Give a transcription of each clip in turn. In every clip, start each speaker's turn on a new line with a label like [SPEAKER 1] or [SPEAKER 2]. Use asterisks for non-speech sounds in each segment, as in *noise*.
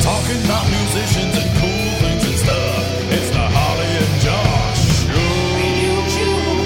[SPEAKER 1] talking about musicians and cool things and stuff. It's the Holly and Josh Show.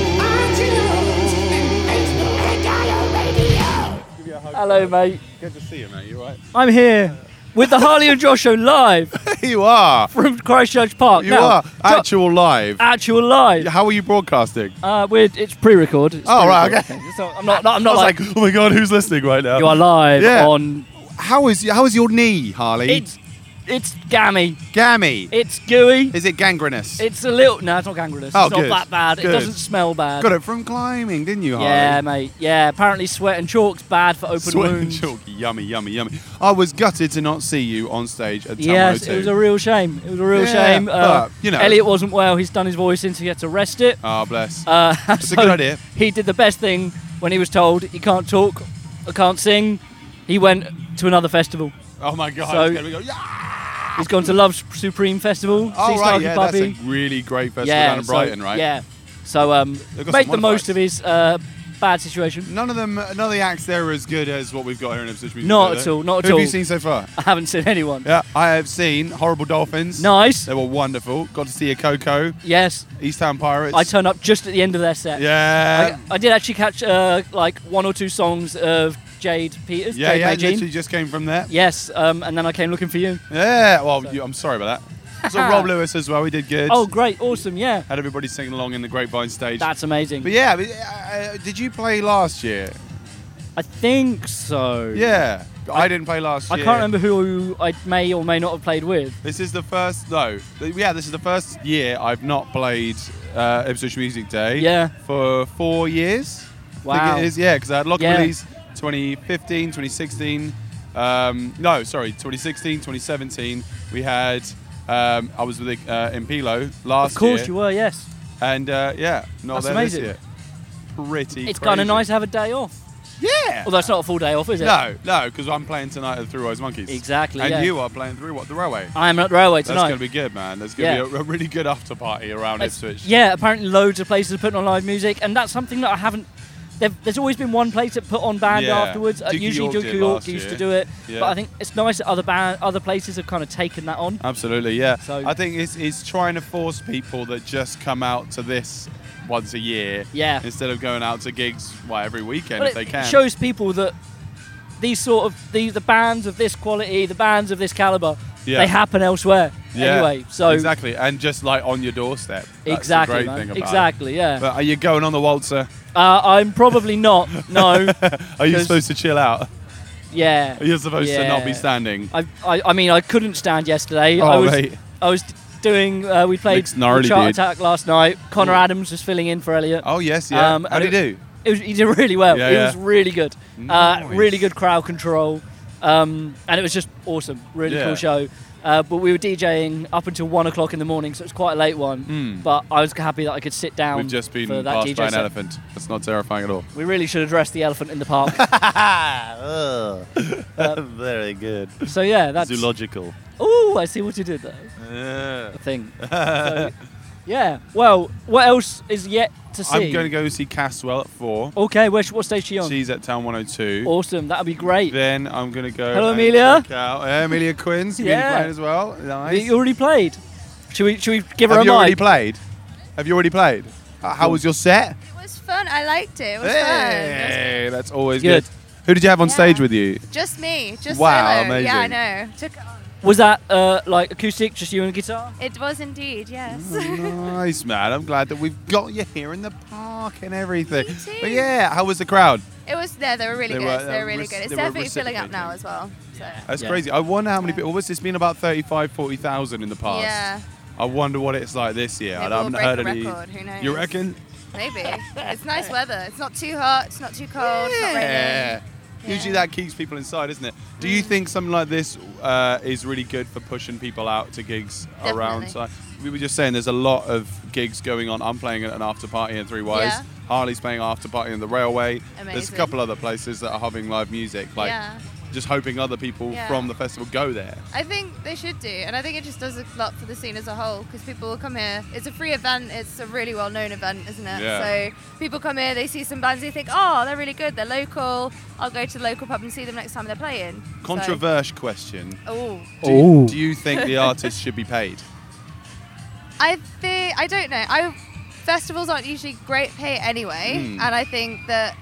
[SPEAKER 2] Hello, mate.
[SPEAKER 3] Good to see you, mate. You right?
[SPEAKER 2] I'm here with the Harley and Josh show live
[SPEAKER 3] *laughs* you are.
[SPEAKER 2] from Christchurch Park.
[SPEAKER 3] You
[SPEAKER 2] Now,
[SPEAKER 3] are.
[SPEAKER 2] Jo-
[SPEAKER 3] Actual live.
[SPEAKER 2] actual live.
[SPEAKER 3] How are you broadcasting?
[SPEAKER 2] Uh, we're, it's pre-record. It's
[SPEAKER 3] Oh, right,
[SPEAKER 2] pre-record.
[SPEAKER 3] okay.
[SPEAKER 2] So I'm not. not- I'm
[SPEAKER 3] I
[SPEAKER 2] not
[SPEAKER 3] was
[SPEAKER 2] like,
[SPEAKER 3] like, oh my god, who's listening right now?
[SPEAKER 2] you are live
[SPEAKER 3] Yeah.
[SPEAKER 2] on.
[SPEAKER 3] How is how is your knee, Harley?
[SPEAKER 2] It's it's gammy.
[SPEAKER 3] gammy.
[SPEAKER 2] It's gooey.
[SPEAKER 3] is it gangrenous?
[SPEAKER 2] It's a little. No, it's not gangrenous.
[SPEAKER 3] Oh,
[SPEAKER 2] it's
[SPEAKER 3] good.
[SPEAKER 2] not that bad. It
[SPEAKER 3] Good.
[SPEAKER 2] doesn't smell bad.
[SPEAKER 3] Got it from climbing, didn't you, Harley?
[SPEAKER 2] Yeah, mate. Yeah. Apparently, sweat and chalk's bad for open
[SPEAKER 3] Sweet
[SPEAKER 2] wounds.
[SPEAKER 3] chalk. Yummy, yummy, yummy. I was gutted to not see you on stage at
[SPEAKER 2] Yes,
[SPEAKER 3] 10:02.
[SPEAKER 2] it was a real shame. It was a real
[SPEAKER 3] Yeah,
[SPEAKER 2] shame. Uh,
[SPEAKER 3] but, you know.
[SPEAKER 2] Elliot wasn't well. He's done his voice in, so he had to rest it.
[SPEAKER 3] Ah, bless.
[SPEAKER 2] Uh,
[SPEAKER 3] It's a
[SPEAKER 2] *laughs*
[SPEAKER 3] good idea.
[SPEAKER 2] He did the best thing when he was told he can't talk, I can't sing. He went to another festival.
[SPEAKER 3] oh my god.
[SPEAKER 2] so-
[SPEAKER 3] it's gonna go, yeah.
[SPEAKER 2] He's gone to Love Supreme Festival.
[SPEAKER 3] Oh,
[SPEAKER 2] see
[SPEAKER 3] right,
[SPEAKER 2] Starkey
[SPEAKER 3] yeah,
[SPEAKER 2] Puppy.
[SPEAKER 3] that's a really great festival
[SPEAKER 2] yeah,
[SPEAKER 3] down in Brighton,
[SPEAKER 2] so,
[SPEAKER 3] right?
[SPEAKER 2] Yeah. So um,
[SPEAKER 3] They've got
[SPEAKER 2] make
[SPEAKER 3] some
[SPEAKER 2] the most
[SPEAKER 3] modifieds.
[SPEAKER 2] of his uh, bad situation. *laughs*
[SPEAKER 3] None of them, none of the acts there are as good as what we've got here in Ipswich Music.
[SPEAKER 2] Not
[SPEAKER 3] Centre.
[SPEAKER 2] at all, not at
[SPEAKER 3] Who
[SPEAKER 2] all.
[SPEAKER 3] have you seen so far?
[SPEAKER 2] I haven't seen anyone.
[SPEAKER 3] Yeah, I have seen Horrible Dolphins.
[SPEAKER 2] Nice.
[SPEAKER 3] They were wonderful. Got to see a Coco,
[SPEAKER 2] Yes.
[SPEAKER 3] East Town Pirates.
[SPEAKER 2] I turn up just at the end of their set.
[SPEAKER 3] yeah.
[SPEAKER 2] I, I did actually catch uh, like one or two songs of Jade Peters.
[SPEAKER 3] yeah,
[SPEAKER 2] Jade
[SPEAKER 3] yeah,
[SPEAKER 2] May Jean.
[SPEAKER 3] literally just came from there.
[SPEAKER 2] Yes. Um, and then I came looking for you.
[SPEAKER 3] Yeah, well, you, I'm sorry about
[SPEAKER 2] *laughs*
[SPEAKER 3] that. So Rob Lewis as well, we did good.
[SPEAKER 2] Oh, great. Awesome.
[SPEAKER 3] *laughs*
[SPEAKER 2] Yeah.
[SPEAKER 3] Had everybody singing along in the Grapevine stage.
[SPEAKER 2] That's amazing.
[SPEAKER 3] but yeah, I mean, uh, uh, did you play last year?
[SPEAKER 2] I think so.
[SPEAKER 3] Yeah. I, didn't play last
[SPEAKER 2] I
[SPEAKER 3] year.
[SPEAKER 2] can't remember who I may or may not have played with.
[SPEAKER 3] This is the first, no, th- yeah, this is the first year I've not played uh, Ipswich Music Day.
[SPEAKER 2] Yeah.
[SPEAKER 3] For four years. I
[SPEAKER 2] Wow.
[SPEAKER 3] think it is, yeah, because I had Lock
[SPEAKER 2] Yeah.
[SPEAKER 3] and Release 2015, 2016. Um, no, sorry, 2016, 2017. We had, um, I was with uh, Impilo last
[SPEAKER 2] Of course
[SPEAKER 3] year.
[SPEAKER 2] you were, yes.
[SPEAKER 3] And uh, yeah, not
[SPEAKER 2] That's
[SPEAKER 3] there
[SPEAKER 2] amazing.
[SPEAKER 3] this year. Pretty
[SPEAKER 2] It's kind of
[SPEAKER 3] crazy.
[SPEAKER 2] nice to have a day off.
[SPEAKER 3] Yeah.
[SPEAKER 2] Although it's not a full day off, is it?
[SPEAKER 3] no, no, because I'm playing tonight at Three Wise Monkeys.
[SPEAKER 2] Exactly,
[SPEAKER 3] And
[SPEAKER 2] yeah.
[SPEAKER 3] you are playing Three What the Railway.
[SPEAKER 2] I am at the railway
[SPEAKER 3] That's going
[SPEAKER 2] tonight.
[SPEAKER 3] to be good, man. There's going to
[SPEAKER 2] Yeah.
[SPEAKER 3] be a, a really good after party around
[SPEAKER 2] That's-
[SPEAKER 3] Ipswich.
[SPEAKER 2] yeah, apparently loads of places are putting on live music, and that's something that I haven't. there- There's always been one place that put on band
[SPEAKER 3] Yeah.
[SPEAKER 2] afterwards. Uh,
[SPEAKER 3] Dookie
[SPEAKER 2] usually
[SPEAKER 3] York
[SPEAKER 2] Dookie
[SPEAKER 3] did
[SPEAKER 2] York
[SPEAKER 3] last
[SPEAKER 2] used to
[SPEAKER 3] year.
[SPEAKER 2] do it,
[SPEAKER 3] Yeah.
[SPEAKER 2] but I think it's nice that other band, other places have kind of taken that on.
[SPEAKER 3] Absolutely, yeah.
[SPEAKER 2] So-
[SPEAKER 3] I think it's, it's trying to force people that just come out to this once a year
[SPEAKER 2] Yeah.
[SPEAKER 3] instead of going out to gigs why every weekend
[SPEAKER 2] But
[SPEAKER 3] if they
[SPEAKER 2] it
[SPEAKER 3] can.
[SPEAKER 2] shows people that these sort of these the bands of this quality, the bands of this caliber,
[SPEAKER 3] Yeah.
[SPEAKER 2] they happen elsewhere
[SPEAKER 3] yeah,
[SPEAKER 2] anyway. So
[SPEAKER 3] exactly, and just like on your doorstep. That's the
[SPEAKER 2] Exactly,
[SPEAKER 3] great
[SPEAKER 2] man.
[SPEAKER 3] thing about it.
[SPEAKER 2] exactly, yeah.
[SPEAKER 3] But are you going on the waltzer?
[SPEAKER 2] uh, I'm probably not.
[SPEAKER 3] *laughs*
[SPEAKER 2] No,
[SPEAKER 3] Are you
[SPEAKER 2] 'Cause-
[SPEAKER 3] supposed to chill out?
[SPEAKER 2] yeah.
[SPEAKER 3] You're supposed to not be
[SPEAKER 2] Yeah.
[SPEAKER 3] standing.
[SPEAKER 2] I, I, I mean, I couldn't stand yesterday.
[SPEAKER 3] Oh,
[SPEAKER 2] I was,
[SPEAKER 3] mate.
[SPEAKER 2] I was doing. Uh, we played
[SPEAKER 3] Looks gnarly,
[SPEAKER 2] the Chart
[SPEAKER 3] dude.
[SPEAKER 2] Attack last night. Connor Adams was filling in for Elliot.
[SPEAKER 3] Oh yes, yeah.
[SPEAKER 2] Um,
[SPEAKER 3] How do you
[SPEAKER 2] and
[SPEAKER 3] do?
[SPEAKER 2] It was, he did really well.
[SPEAKER 3] Yeah,
[SPEAKER 2] it
[SPEAKER 3] yeah.
[SPEAKER 2] was really good. Uh,
[SPEAKER 3] Nice.
[SPEAKER 2] really good crowd control. Um, and it was just awesome. Really
[SPEAKER 3] Yeah.
[SPEAKER 2] cool show. Uh, but we were DJing up until one o'clock in the morning, so it was quite a late one. But I was happy that I could sit down
[SPEAKER 3] Hmm. We've just been
[SPEAKER 2] for that
[SPEAKER 3] passed
[SPEAKER 2] DJ
[SPEAKER 3] by an
[SPEAKER 2] set.
[SPEAKER 3] elephant. That's not terrifying at all.
[SPEAKER 2] We really should address the elephant in the
[SPEAKER 3] *laughs*
[SPEAKER 2] park. *laughs* Uh,
[SPEAKER 4] Oh, very good.
[SPEAKER 2] so yeah, that's.
[SPEAKER 4] Zoological.
[SPEAKER 2] Oh, I see what you did there.
[SPEAKER 3] *laughs*
[SPEAKER 2] A thing. So, yeah. Well, what else is yet to see?
[SPEAKER 3] I'm going to go see Caswell at four.
[SPEAKER 2] Okay, where, sh- what stage she on?
[SPEAKER 3] She's at Town 102.
[SPEAKER 2] awesome. That'll be great.
[SPEAKER 3] Then I'm gonna go.
[SPEAKER 2] Hello,
[SPEAKER 3] and
[SPEAKER 2] Amelia.
[SPEAKER 3] check out- Yeah, Amelia Quinn's been
[SPEAKER 2] Yeah.
[SPEAKER 3] playing as well. Nice.
[SPEAKER 2] You already played. Should we? Should we give her
[SPEAKER 3] Have
[SPEAKER 2] a
[SPEAKER 3] you already
[SPEAKER 2] mic?
[SPEAKER 3] played? Have you already played? Uh, How was your set?
[SPEAKER 5] It was fun. I liked it. It was fun. It
[SPEAKER 3] Hey, that's always
[SPEAKER 2] Good.
[SPEAKER 3] good. Who did you have on
[SPEAKER 5] Yeah.
[SPEAKER 3] stage with
[SPEAKER 5] *laughs*
[SPEAKER 3] you?
[SPEAKER 5] was just me. Just
[SPEAKER 3] Wow,
[SPEAKER 5] solo. Yeah, I
[SPEAKER 3] amazing.
[SPEAKER 5] know. Took it, on.
[SPEAKER 2] Was that uh, like acoustic, just you and a guitar?
[SPEAKER 5] it was indeed. Yes.
[SPEAKER 3] Mm. nice man. I'm glad that we've got you here in the park and everything.
[SPEAKER 5] Me too.
[SPEAKER 3] But yeah, how was the crowd?
[SPEAKER 5] *laughs* it was. Yeah, they were really
[SPEAKER 3] They
[SPEAKER 5] good.
[SPEAKER 3] were,
[SPEAKER 5] they
[SPEAKER 3] uh,
[SPEAKER 5] were really
[SPEAKER 3] rec-
[SPEAKER 5] good. It's
[SPEAKER 3] they were
[SPEAKER 5] definitely filling up now
[SPEAKER 3] reciprocating.
[SPEAKER 5] as well. So.
[SPEAKER 3] That's
[SPEAKER 2] Yeah.
[SPEAKER 3] crazy. I wonder how many
[SPEAKER 5] Yeah.
[SPEAKER 3] people. What's this been about 35, 40,000 in the past?
[SPEAKER 5] Yeah.
[SPEAKER 3] I wonder what it's like this year. I
[SPEAKER 5] Maybe we'll
[SPEAKER 3] haven't
[SPEAKER 5] break
[SPEAKER 3] heard
[SPEAKER 5] a
[SPEAKER 3] any.
[SPEAKER 5] record, who knows?
[SPEAKER 3] You reckon?
[SPEAKER 5] Maybe.
[SPEAKER 3] *laughs*
[SPEAKER 5] It's nice weather. It's not too hot. It's not too cold. It's Oh, not raining.
[SPEAKER 3] Yeah. Usually
[SPEAKER 5] Yeah.
[SPEAKER 3] that keeps people inside, isn't it? Do
[SPEAKER 5] Mm.
[SPEAKER 3] you think something like this uh, is really good for pushing people out to gigs around?
[SPEAKER 5] Definitely.
[SPEAKER 3] So- we were just saying there's a lot of gigs going on. I'm playing at an after party in Three Wise.
[SPEAKER 5] Yeah.
[SPEAKER 3] Harley's playing after party in the Railway. There's a
[SPEAKER 5] Amazing.
[SPEAKER 3] couple other places that are having live music. Like
[SPEAKER 5] Yeah.
[SPEAKER 3] just hoping other people
[SPEAKER 5] Yeah.
[SPEAKER 3] from the festival go there.
[SPEAKER 5] I think they should do, and I think it just does a lot for the scene as a whole because people will come here. It's a free event. It's a really well-known event, isn't it?
[SPEAKER 3] Yeah.
[SPEAKER 5] So people come here, they see some bands, they think, oh, they're really good, they're local. I'll go to the local pub and see them next time they're playing.
[SPEAKER 3] Controversial question.
[SPEAKER 5] So, oh,
[SPEAKER 3] Do you,
[SPEAKER 2] Ooh.
[SPEAKER 3] do you think the artist should be
[SPEAKER 2] *laughs*
[SPEAKER 3] paid?
[SPEAKER 5] I think I don't know. I festivals aren't usually great pay anyway,
[SPEAKER 3] Mm.
[SPEAKER 5] and I think that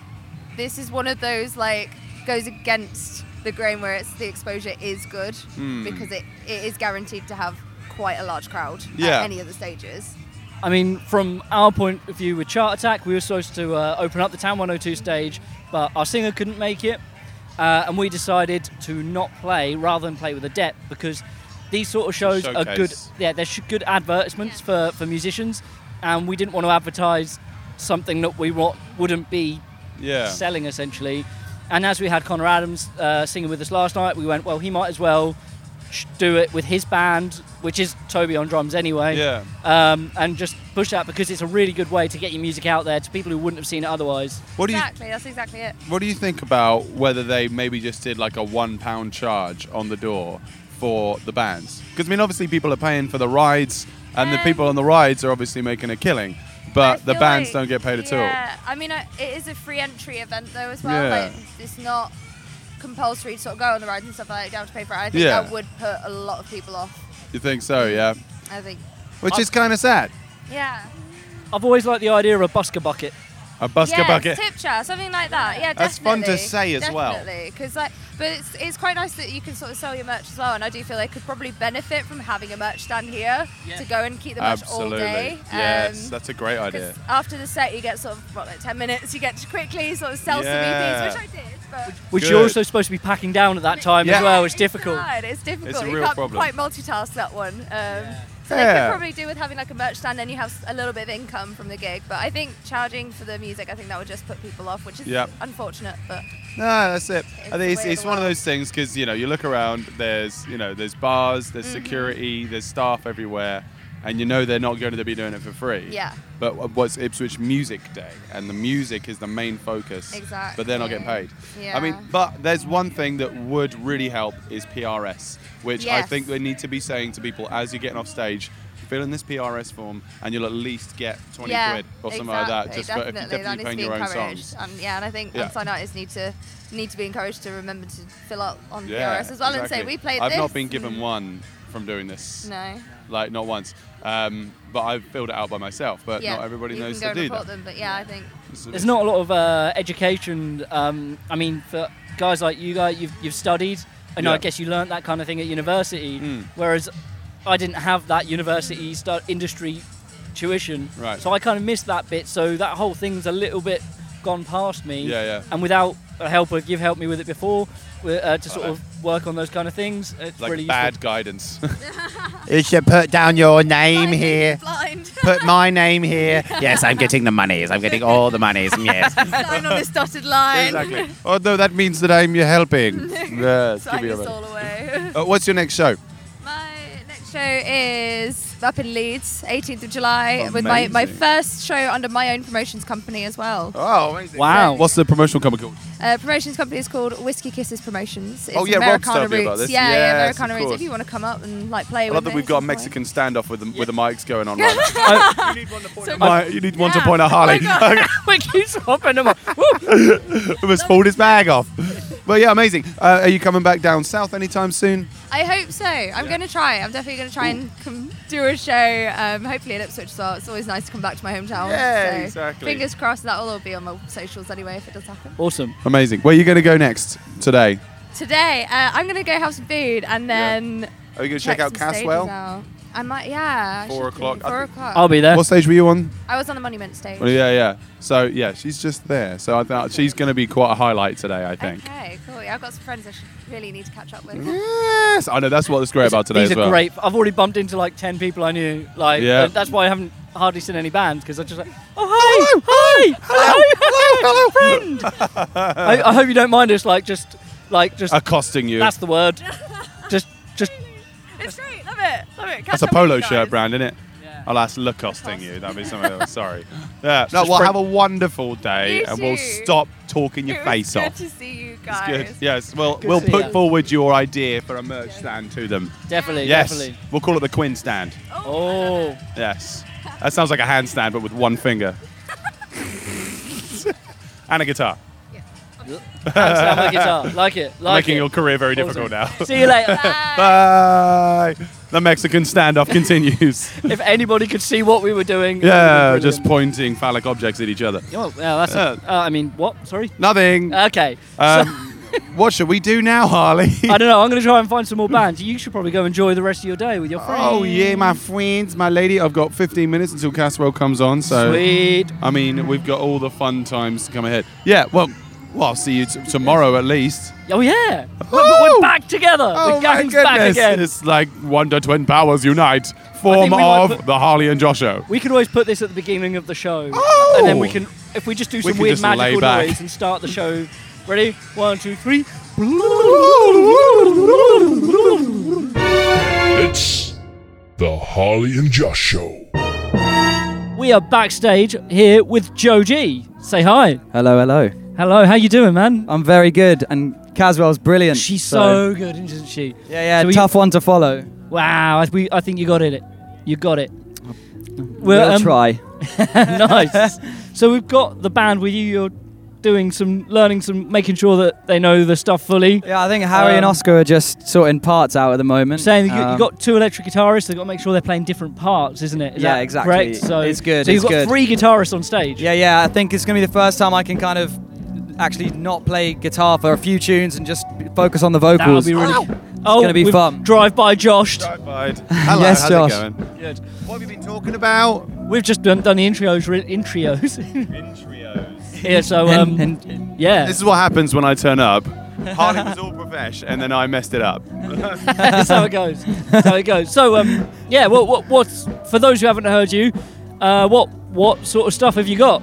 [SPEAKER 5] this is one of those like goes against the grain where it's the exposure is good
[SPEAKER 3] Mm.
[SPEAKER 5] because it, it is guaranteed to have quite a large crowd
[SPEAKER 3] Yeah.
[SPEAKER 5] at any of the stages.
[SPEAKER 2] I mean, from our point of view with Chart Attack, we were supposed to uh, open up the Town 102 stage, but our singer couldn't make it, uh, and we decided to not play rather than play with a debt because these sort of shows are good.
[SPEAKER 3] Showcase.
[SPEAKER 2] Yeah, they're sh- good advertisements for, for musicians, and we didn't want to advertise something that we wa- wouldn't be
[SPEAKER 3] Yeah.
[SPEAKER 2] selling essentially. And as we had Connor Adams uh, singing with us last night, we went, well, he might as well sh- do it with his band, which is Toby on drums anyway.
[SPEAKER 3] Yeah.
[SPEAKER 2] Um, and just push that because it's a really good way to get your music out there to people who wouldn't have seen it otherwise.
[SPEAKER 3] What do you
[SPEAKER 5] exactly, that's exactly it.
[SPEAKER 3] What do you think about whether they maybe just did like a one pound charge on the door for the bands? Because I mean, obviously people are paying for the rides, and the
[SPEAKER 5] Um,
[SPEAKER 3] people on the rides are obviously making a killing, but
[SPEAKER 5] I
[SPEAKER 3] Uh, the
[SPEAKER 5] feel
[SPEAKER 3] bands
[SPEAKER 5] like-
[SPEAKER 3] don't get paid at all.
[SPEAKER 5] Yeah, I mean, I, it is a free entry event though as well.
[SPEAKER 3] Yeah.
[SPEAKER 5] Like, it's not compulsory to sort of go on the rides and stuff like that. You don't have to pay for it. I think
[SPEAKER 3] Yeah.
[SPEAKER 5] that would put a lot of people off.
[SPEAKER 3] You think so? Yeah.
[SPEAKER 5] I think.
[SPEAKER 3] Which is kind of sad.
[SPEAKER 5] Yeah.
[SPEAKER 2] I've always liked the idea of a busker bucket.
[SPEAKER 3] A busker
[SPEAKER 5] yes,
[SPEAKER 3] bucket.
[SPEAKER 5] tip jar, something like that. Yeah,
[SPEAKER 4] That's fun to say as well.
[SPEAKER 5] because like, but it's, it's quite nice that you can sort of sell your merch as well. And I do feel they could probably benefit from having a merch stand here
[SPEAKER 2] Yeah.
[SPEAKER 5] to go and keep the merch all
[SPEAKER 3] Absolutely.
[SPEAKER 5] day.
[SPEAKER 3] yes,
[SPEAKER 5] Um,
[SPEAKER 3] that's a great
[SPEAKER 5] 'cause
[SPEAKER 3] idea.
[SPEAKER 5] after the set, you get sort of what, like ten minutes. You get to quickly sort of sell
[SPEAKER 3] Yeah.
[SPEAKER 5] some EPs, which I did. But
[SPEAKER 2] Which you're
[SPEAKER 3] Good.
[SPEAKER 2] also supposed to be packing down at that time
[SPEAKER 3] Yeah.
[SPEAKER 2] as well. It's difficult.
[SPEAKER 5] hard, *laughs* It's difficult.
[SPEAKER 3] It's a
[SPEAKER 5] you
[SPEAKER 3] real
[SPEAKER 5] can't
[SPEAKER 3] problem.
[SPEAKER 5] quite multitask that one. Um, So they
[SPEAKER 3] Yeah.
[SPEAKER 5] could probably do with having like a merch stand, then you have s- a little bit of income from the gig. But I think charging for the music, I think that would just put people off, which is
[SPEAKER 3] Yep.
[SPEAKER 5] unfortunate. But
[SPEAKER 3] No, that's it. I
[SPEAKER 5] the
[SPEAKER 3] think it's,
[SPEAKER 5] way of
[SPEAKER 3] it's
[SPEAKER 5] the
[SPEAKER 3] one of
[SPEAKER 5] world.
[SPEAKER 3] those things because you know you look around. There's you know there's bars,
[SPEAKER 5] Mm-hmm.
[SPEAKER 3] there's security, there's staff everywhere, and you know they're not going to be doing it for free.
[SPEAKER 5] Yeah.
[SPEAKER 3] But wh- what's Ipswich Music Day, and the music is the main focus. But they're not getting paid.
[SPEAKER 5] Exactly.
[SPEAKER 3] I mean,
[SPEAKER 5] Yeah.
[SPEAKER 3] but there's one thing that would really help is PRS, which I
[SPEAKER 5] Yes.
[SPEAKER 3] think they need to be saying to people as you're getting off stage. Fill in this PRS form, and you'll at least get 20
[SPEAKER 5] yeah,
[SPEAKER 3] quid or something like that,
[SPEAKER 5] exactly,
[SPEAKER 3] just for if
[SPEAKER 5] definitely.
[SPEAKER 3] you're definitely
[SPEAKER 5] that needs to
[SPEAKER 3] playing
[SPEAKER 5] be
[SPEAKER 3] your own
[SPEAKER 5] encouraged.
[SPEAKER 3] songs.
[SPEAKER 5] And yeah, and I think
[SPEAKER 3] Yeah.
[SPEAKER 5] unsigned artists need to need to be encouraged to remember to fill out on PRS as well and say
[SPEAKER 3] exactly.
[SPEAKER 5] we played
[SPEAKER 3] I've
[SPEAKER 5] this. Mm.
[SPEAKER 3] not been given one from doing this.
[SPEAKER 5] No.
[SPEAKER 3] Like not once. Um, but I've filled it out by myself. But
[SPEAKER 5] yeah.
[SPEAKER 3] not everybody
[SPEAKER 5] you
[SPEAKER 3] knows
[SPEAKER 5] can go
[SPEAKER 3] to
[SPEAKER 5] and
[SPEAKER 3] do
[SPEAKER 5] report
[SPEAKER 3] that.
[SPEAKER 5] them, but yeah, I think
[SPEAKER 3] It's-
[SPEAKER 2] There's not a lot of uh, education. Um, I mean, for guys like you guys, you've, you've studied, and
[SPEAKER 3] Yeah.
[SPEAKER 2] I guess you learnt that kind of thing at university.
[SPEAKER 3] Mm.
[SPEAKER 2] Whereas I didn't have that university stu- industry tuition,
[SPEAKER 3] Right.
[SPEAKER 2] so I kind of missed that bit. So that whole thing's a little bit gone past me.
[SPEAKER 3] Yeah, yeah.
[SPEAKER 2] And without a helper, you've helped me with it before wi- uh, to sort of work on those kind of things. It's
[SPEAKER 3] like
[SPEAKER 2] really
[SPEAKER 3] bad
[SPEAKER 2] useful.
[SPEAKER 5] *laughs*
[SPEAKER 3] guidance.
[SPEAKER 4] You should put down your name
[SPEAKER 5] Blind leading
[SPEAKER 4] here.
[SPEAKER 5] Blind. *laughs*
[SPEAKER 4] Put my name here. Yes, I'm getting the monies. I'm getting all the monies. *laughs* Yes.
[SPEAKER 5] Sign on this dotted line. *laughs*
[SPEAKER 3] exactly. Although that means that I'm your helping. yeah, it's gonna
[SPEAKER 5] Sign
[SPEAKER 3] be
[SPEAKER 5] us
[SPEAKER 3] alright.
[SPEAKER 5] all
[SPEAKER 3] *laughs*
[SPEAKER 5] away.
[SPEAKER 3] Uh, what's your next show?
[SPEAKER 5] *laughs* my next show is up in Leeds, 18th of July, with my, my
[SPEAKER 3] Amazing.
[SPEAKER 5] first show under my own promotions company as well.
[SPEAKER 3] Oh, amazing.
[SPEAKER 2] Wow.
[SPEAKER 3] What's the promotional company called?
[SPEAKER 5] Uh, promotions company is called Whiskey Kisses Promotions. It's
[SPEAKER 3] Oh, yeah, Rob's
[SPEAKER 5] Americana
[SPEAKER 3] told me
[SPEAKER 5] Roots.
[SPEAKER 3] about this.
[SPEAKER 5] Yeah,
[SPEAKER 3] Yes,
[SPEAKER 5] yeah,
[SPEAKER 3] of
[SPEAKER 5] Americana Roots.
[SPEAKER 3] course.
[SPEAKER 5] If you want to come up and like
[SPEAKER 3] I
[SPEAKER 5] play with
[SPEAKER 3] love that
[SPEAKER 5] me
[SPEAKER 3] we've
[SPEAKER 5] at
[SPEAKER 3] got a
[SPEAKER 5] some point.
[SPEAKER 3] Mexican standoff with the, with the mics going
[SPEAKER 5] *laughs*
[SPEAKER 3] on. Right? now.
[SPEAKER 2] *laughs* I-
[SPEAKER 3] My- you need one to
[SPEAKER 5] Yeah. Oh
[SPEAKER 3] point at Harley.
[SPEAKER 5] *laughs*
[SPEAKER 3] *laughs*
[SPEAKER 2] *laughs* It keeps hopping them up. Woo!
[SPEAKER 3] He must pulled his bag off. But yeah, amazing. Uh, are you coming back down south anytime soon?
[SPEAKER 5] I hope so. I'm
[SPEAKER 3] *laughs*
[SPEAKER 5] going to try. I'm definitely going to try and come do a show. Um, hopefully at Ipswich as well. It's always nice to come back to my hometown.
[SPEAKER 3] Yeah,
[SPEAKER 5] so
[SPEAKER 3] exactly.
[SPEAKER 5] Fingers crossed that will all be on my socials anyway if it does happen.
[SPEAKER 2] Awesome.
[SPEAKER 3] Amazing. Where are you going to go next today?
[SPEAKER 5] Today uh, I'm going to go have some food and then
[SPEAKER 3] Are you going to
[SPEAKER 5] check
[SPEAKER 3] check out
[SPEAKER 5] some stages
[SPEAKER 3] Caswell?
[SPEAKER 5] out. I might. Yeah. I
[SPEAKER 3] Four
[SPEAKER 5] should do.
[SPEAKER 3] o'clock, I
[SPEAKER 5] Four
[SPEAKER 3] think.
[SPEAKER 5] o'clock.
[SPEAKER 2] I'll be there.
[SPEAKER 3] What stage were you on?
[SPEAKER 5] I was on the Monument stage.
[SPEAKER 3] Well, yeah, yeah. So yeah, she's just there. So I thought she's going to be quite a highlight today. I think. Mm-hmm.
[SPEAKER 5] Okay, cool. Yeah, I've got some friends I should really need to catch up with.
[SPEAKER 3] Yes, I know. That's what's great about today
[SPEAKER 2] These
[SPEAKER 3] as
[SPEAKER 2] are
[SPEAKER 3] well.
[SPEAKER 2] great. I've already bumped into like ten people I knew. Like
[SPEAKER 3] Yeah.
[SPEAKER 2] uh, that's why I haven't hardly seen any bands because I just like, oh hi, hi, hello, hello, friend. I, I hope you don't mind us like just like just
[SPEAKER 3] Accosting you.
[SPEAKER 2] that's the word. Just just
[SPEAKER 5] It's great. Love it. Love it. Catch
[SPEAKER 3] That's a
[SPEAKER 5] up with you
[SPEAKER 3] polo
[SPEAKER 5] guys.
[SPEAKER 3] shirt
[SPEAKER 5] *laughs*
[SPEAKER 3] brand, isn't it?
[SPEAKER 2] Yeah.
[SPEAKER 3] Oh, that's Lacosting you. That'd be something else. Sorry. Yeah. No,
[SPEAKER 2] just
[SPEAKER 3] well,
[SPEAKER 2] print-
[SPEAKER 3] have a wonderful day,
[SPEAKER 5] You
[SPEAKER 3] and we'll
[SPEAKER 5] too.
[SPEAKER 3] stop talking your
[SPEAKER 5] It was
[SPEAKER 3] face
[SPEAKER 5] good
[SPEAKER 3] off.
[SPEAKER 5] to see you guys.
[SPEAKER 3] Good. Yes. Well,
[SPEAKER 2] Good
[SPEAKER 3] we'll
[SPEAKER 2] to see
[SPEAKER 3] put
[SPEAKER 2] you.
[SPEAKER 3] forward your idea for a merch stand to them.
[SPEAKER 2] Definitely,
[SPEAKER 3] Yes.
[SPEAKER 2] definitely.
[SPEAKER 3] We'll call it the Quinn stand.
[SPEAKER 2] Oh,
[SPEAKER 3] Yes. That sounds like a handstand, but with one
[SPEAKER 2] *laughs*
[SPEAKER 3] finger. and a guitar.
[SPEAKER 2] thanks, I'm a guitar. Like it, like
[SPEAKER 3] Making
[SPEAKER 2] it.
[SPEAKER 3] your career very
[SPEAKER 2] Awesome.
[SPEAKER 3] difficult now.
[SPEAKER 2] *laughs*
[SPEAKER 3] *laughs*
[SPEAKER 2] See you later.
[SPEAKER 3] Oh.
[SPEAKER 5] Bye.
[SPEAKER 3] Bye. The Mexican
[SPEAKER 2] *laughs*
[SPEAKER 3] standoff continues.
[SPEAKER 2] if anybody could see what we were doing, that
[SPEAKER 3] yeah,
[SPEAKER 2] would be
[SPEAKER 3] just
[SPEAKER 2] brilliant.
[SPEAKER 3] pointing phallic objects at each other.
[SPEAKER 2] Oh, yeah, Uh, that's. a- uh, I mean, what? Sorry.
[SPEAKER 3] Nothing.
[SPEAKER 2] Okay.
[SPEAKER 3] Um, *laughs* what should we do now, Harley?
[SPEAKER 2] *laughs* I don't know. I'm going to try and find some more bands. You should probably go enjoy the rest of your day with your
[SPEAKER 3] *laughs*
[SPEAKER 2] friends.
[SPEAKER 3] Oh yeah, my friends, my lady. I've got 15 minutes until casserole comes on, so
[SPEAKER 2] Sweet.
[SPEAKER 3] I mean, we've got all the fun times to come ahead. Yeah, well, well, I'll see you t- tomorrow at least.
[SPEAKER 2] Oh yeah. We're-
[SPEAKER 3] Oh!
[SPEAKER 2] We're back together.
[SPEAKER 6] Oh
[SPEAKER 2] the gang's back again.
[SPEAKER 3] It's like Wonder Twin Powers unite, form
[SPEAKER 2] we might
[SPEAKER 3] of
[SPEAKER 2] put-
[SPEAKER 3] the Harley and Josh show.
[SPEAKER 2] We could always put this at the beginning of the show,
[SPEAKER 3] Oh!
[SPEAKER 2] and then we can, if we just do some
[SPEAKER 3] can
[SPEAKER 2] weird
[SPEAKER 3] just lay
[SPEAKER 2] magical
[SPEAKER 3] back.
[SPEAKER 2] noise and start the show. Ready? One, two, three.
[SPEAKER 1] It's the Harley and Josh Show.
[SPEAKER 2] We are backstage here with Joe G. Say hi.
[SPEAKER 6] Hello, hello.
[SPEAKER 2] Hello. How you doing, man?
[SPEAKER 6] I'm very good, and Caswell's brilliant.
[SPEAKER 2] She's so good, isn't she?
[SPEAKER 6] yeah, yeah,
[SPEAKER 2] so we-
[SPEAKER 6] tough one to follow.
[SPEAKER 2] Wow. I, we, I think you got it. You got it.
[SPEAKER 6] We'll,
[SPEAKER 2] um,
[SPEAKER 6] try. *laughs*
[SPEAKER 2] nice. So we've got the band with you. You're doing some learning, some making sure that they know the stuff fully.
[SPEAKER 6] Yeah, I think Harry and
[SPEAKER 2] um,
[SPEAKER 6] Oscar are just sorting parts out at the moment.
[SPEAKER 2] Saying you, you
[SPEAKER 6] Um,
[SPEAKER 2] got two electric guitarists, they've got to make sure they're playing different parts, isn't it? Is
[SPEAKER 6] Yeah,
[SPEAKER 2] that
[SPEAKER 6] exactly.
[SPEAKER 2] Correct? So
[SPEAKER 6] It's good,
[SPEAKER 2] So you've
[SPEAKER 6] it's
[SPEAKER 2] got
[SPEAKER 6] good.
[SPEAKER 2] three guitarists on stage.
[SPEAKER 6] Yeah, yeah. I think it's gonna be the first time I can kind of actually not play guitar for a few tunes and just focus on the vocals.
[SPEAKER 2] that would be really. Oh,
[SPEAKER 6] gonna be
[SPEAKER 2] we've
[SPEAKER 6] fun.
[SPEAKER 2] Drive by Josh.
[SPEAKER 3] Hello,
[SPEAKER 6] *laughs* Yes,
[SPEAKER 3] how's
[SPEAKER 6] Josh.
[SPEAKER 3] it going?
[SPEAKER 4] What have you been talking about?
[SPEAKER 2] We've just done, done the intrios. Re- intrios. *laughs* yeah.
[SPEAKER 6] *laughs*
[SPEAKER 2] So
[SPEAKER 6] And-
[SPEAKER 2] um.
[SPEAKER 6] and-
[SPEAKER 2] yeah.
[SPEAKER 3] This is what happens when I turn up. Harley was all profesh, and then I messed it up.
[SPEAKER 2] *laughs* That's how it goes. That's how it goes. So, um, yeah. What, what, what's for those who haven't heard you? Uh, what, what sort of stuff have you got?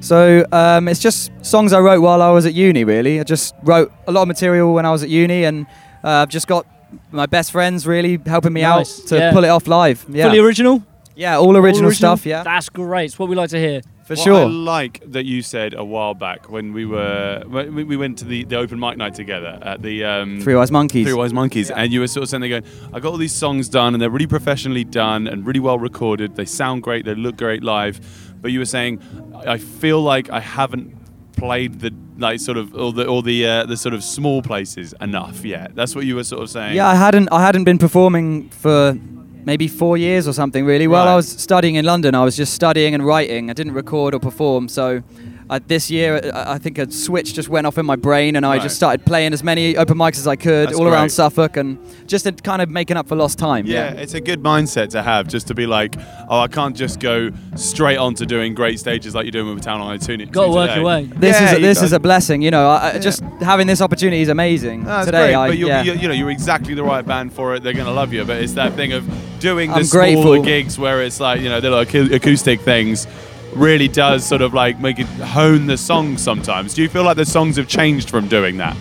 [SPEAKER 6] So um, it's just songs I wrote while I was at uni. Really, I just wrote a lot of material when I was at uni, and uh, I've just got my best friends really helping me
[SPEAKER 2] Nice,
[SPEAKER 6] out to
[SPEAKER 2] yeah.
[SPEAKER 6] pull it off live. Yeah,
[SPEAKER 2] Fully original.
[SPEAKER 6] yeah, all
[SPEAKER 2] All
[SPEAKER 6] original, stuff. Yeah,
[SPEAKER 2] That's great. It's what we like to hear.
[SPEAKER 6] for
[SPEAKER 3] What I
[SPEAKER 6] sure.
[SPEAKER 3] like that you said a while back when we were when we we went to the, the open mic night together at the um,
[SPEAKER 6] Three Wise Monkeys.
[SPEAKER 3] Three Wise Monkeys, and you were sort of saying, they're going, I got all these songs done, and they're really professionally done and really well recorded. They sound great, they look great live. But you were saying, I I feel like I haven't played the like sort of all the all the uh, the sort of small places enough yet. That's what you were sort of saying.
[SPEAKER 6] Yeah, I hadn't I hadn't been performing for maybe four years or something really. While
[SPEAKER 3] Right.
[SPEAKER 6] I was studying in London, I was just studying and writing. I didn't record or perform. So uh, this year, I, I think a switch just went off in my brain, and I
[SPEAKER 3] Right.
[SPEAKER 6] just started playing as many open mics as I could
[SPEAKER 3] That's
[SPEAKER 6] all around
[SPEAKER 3] great.
[SPEAKER 6] Suffolk, and just to kind of making up for lost time.
[SPEAKER 3] Yeah, it's a good mindset to have just to be like, oh, I can't just go straight on to doing great stages like you're doing with Town on iTunes.
[SPEAKER 2] Gotta work your way.
[SPEAKER 6] This
[SPEAKER 3] Yeah,
[SPEAKER 6] is a, this is
[SPEAKER 3] I-
[SPEAKER 6] a blessing, you know. I, I- Just having this opportunity is amazing.
[SPEAKER 3] No, Mm, it's
[SPEAKER 6] Today,
[SPEAKER 3] great,
[SPEAKER 6] I
[SPEAKER 3] but you're,
[SPEAKER 6] yeah.
[SPEAKER 3] you're, you know, you're exactly the right band for it. They're gonna love you. But it's that thing of doing the
[SPEAKER 6] I'm
[SPEAKER 3] smaller
[SPEAKER 6] grateful.
[SPEAKER 3] gigs where it's like you know the little acou- acoustic things really does sort of like make it hone the songs sometimes. Do you feel like the songs have changed from doing that?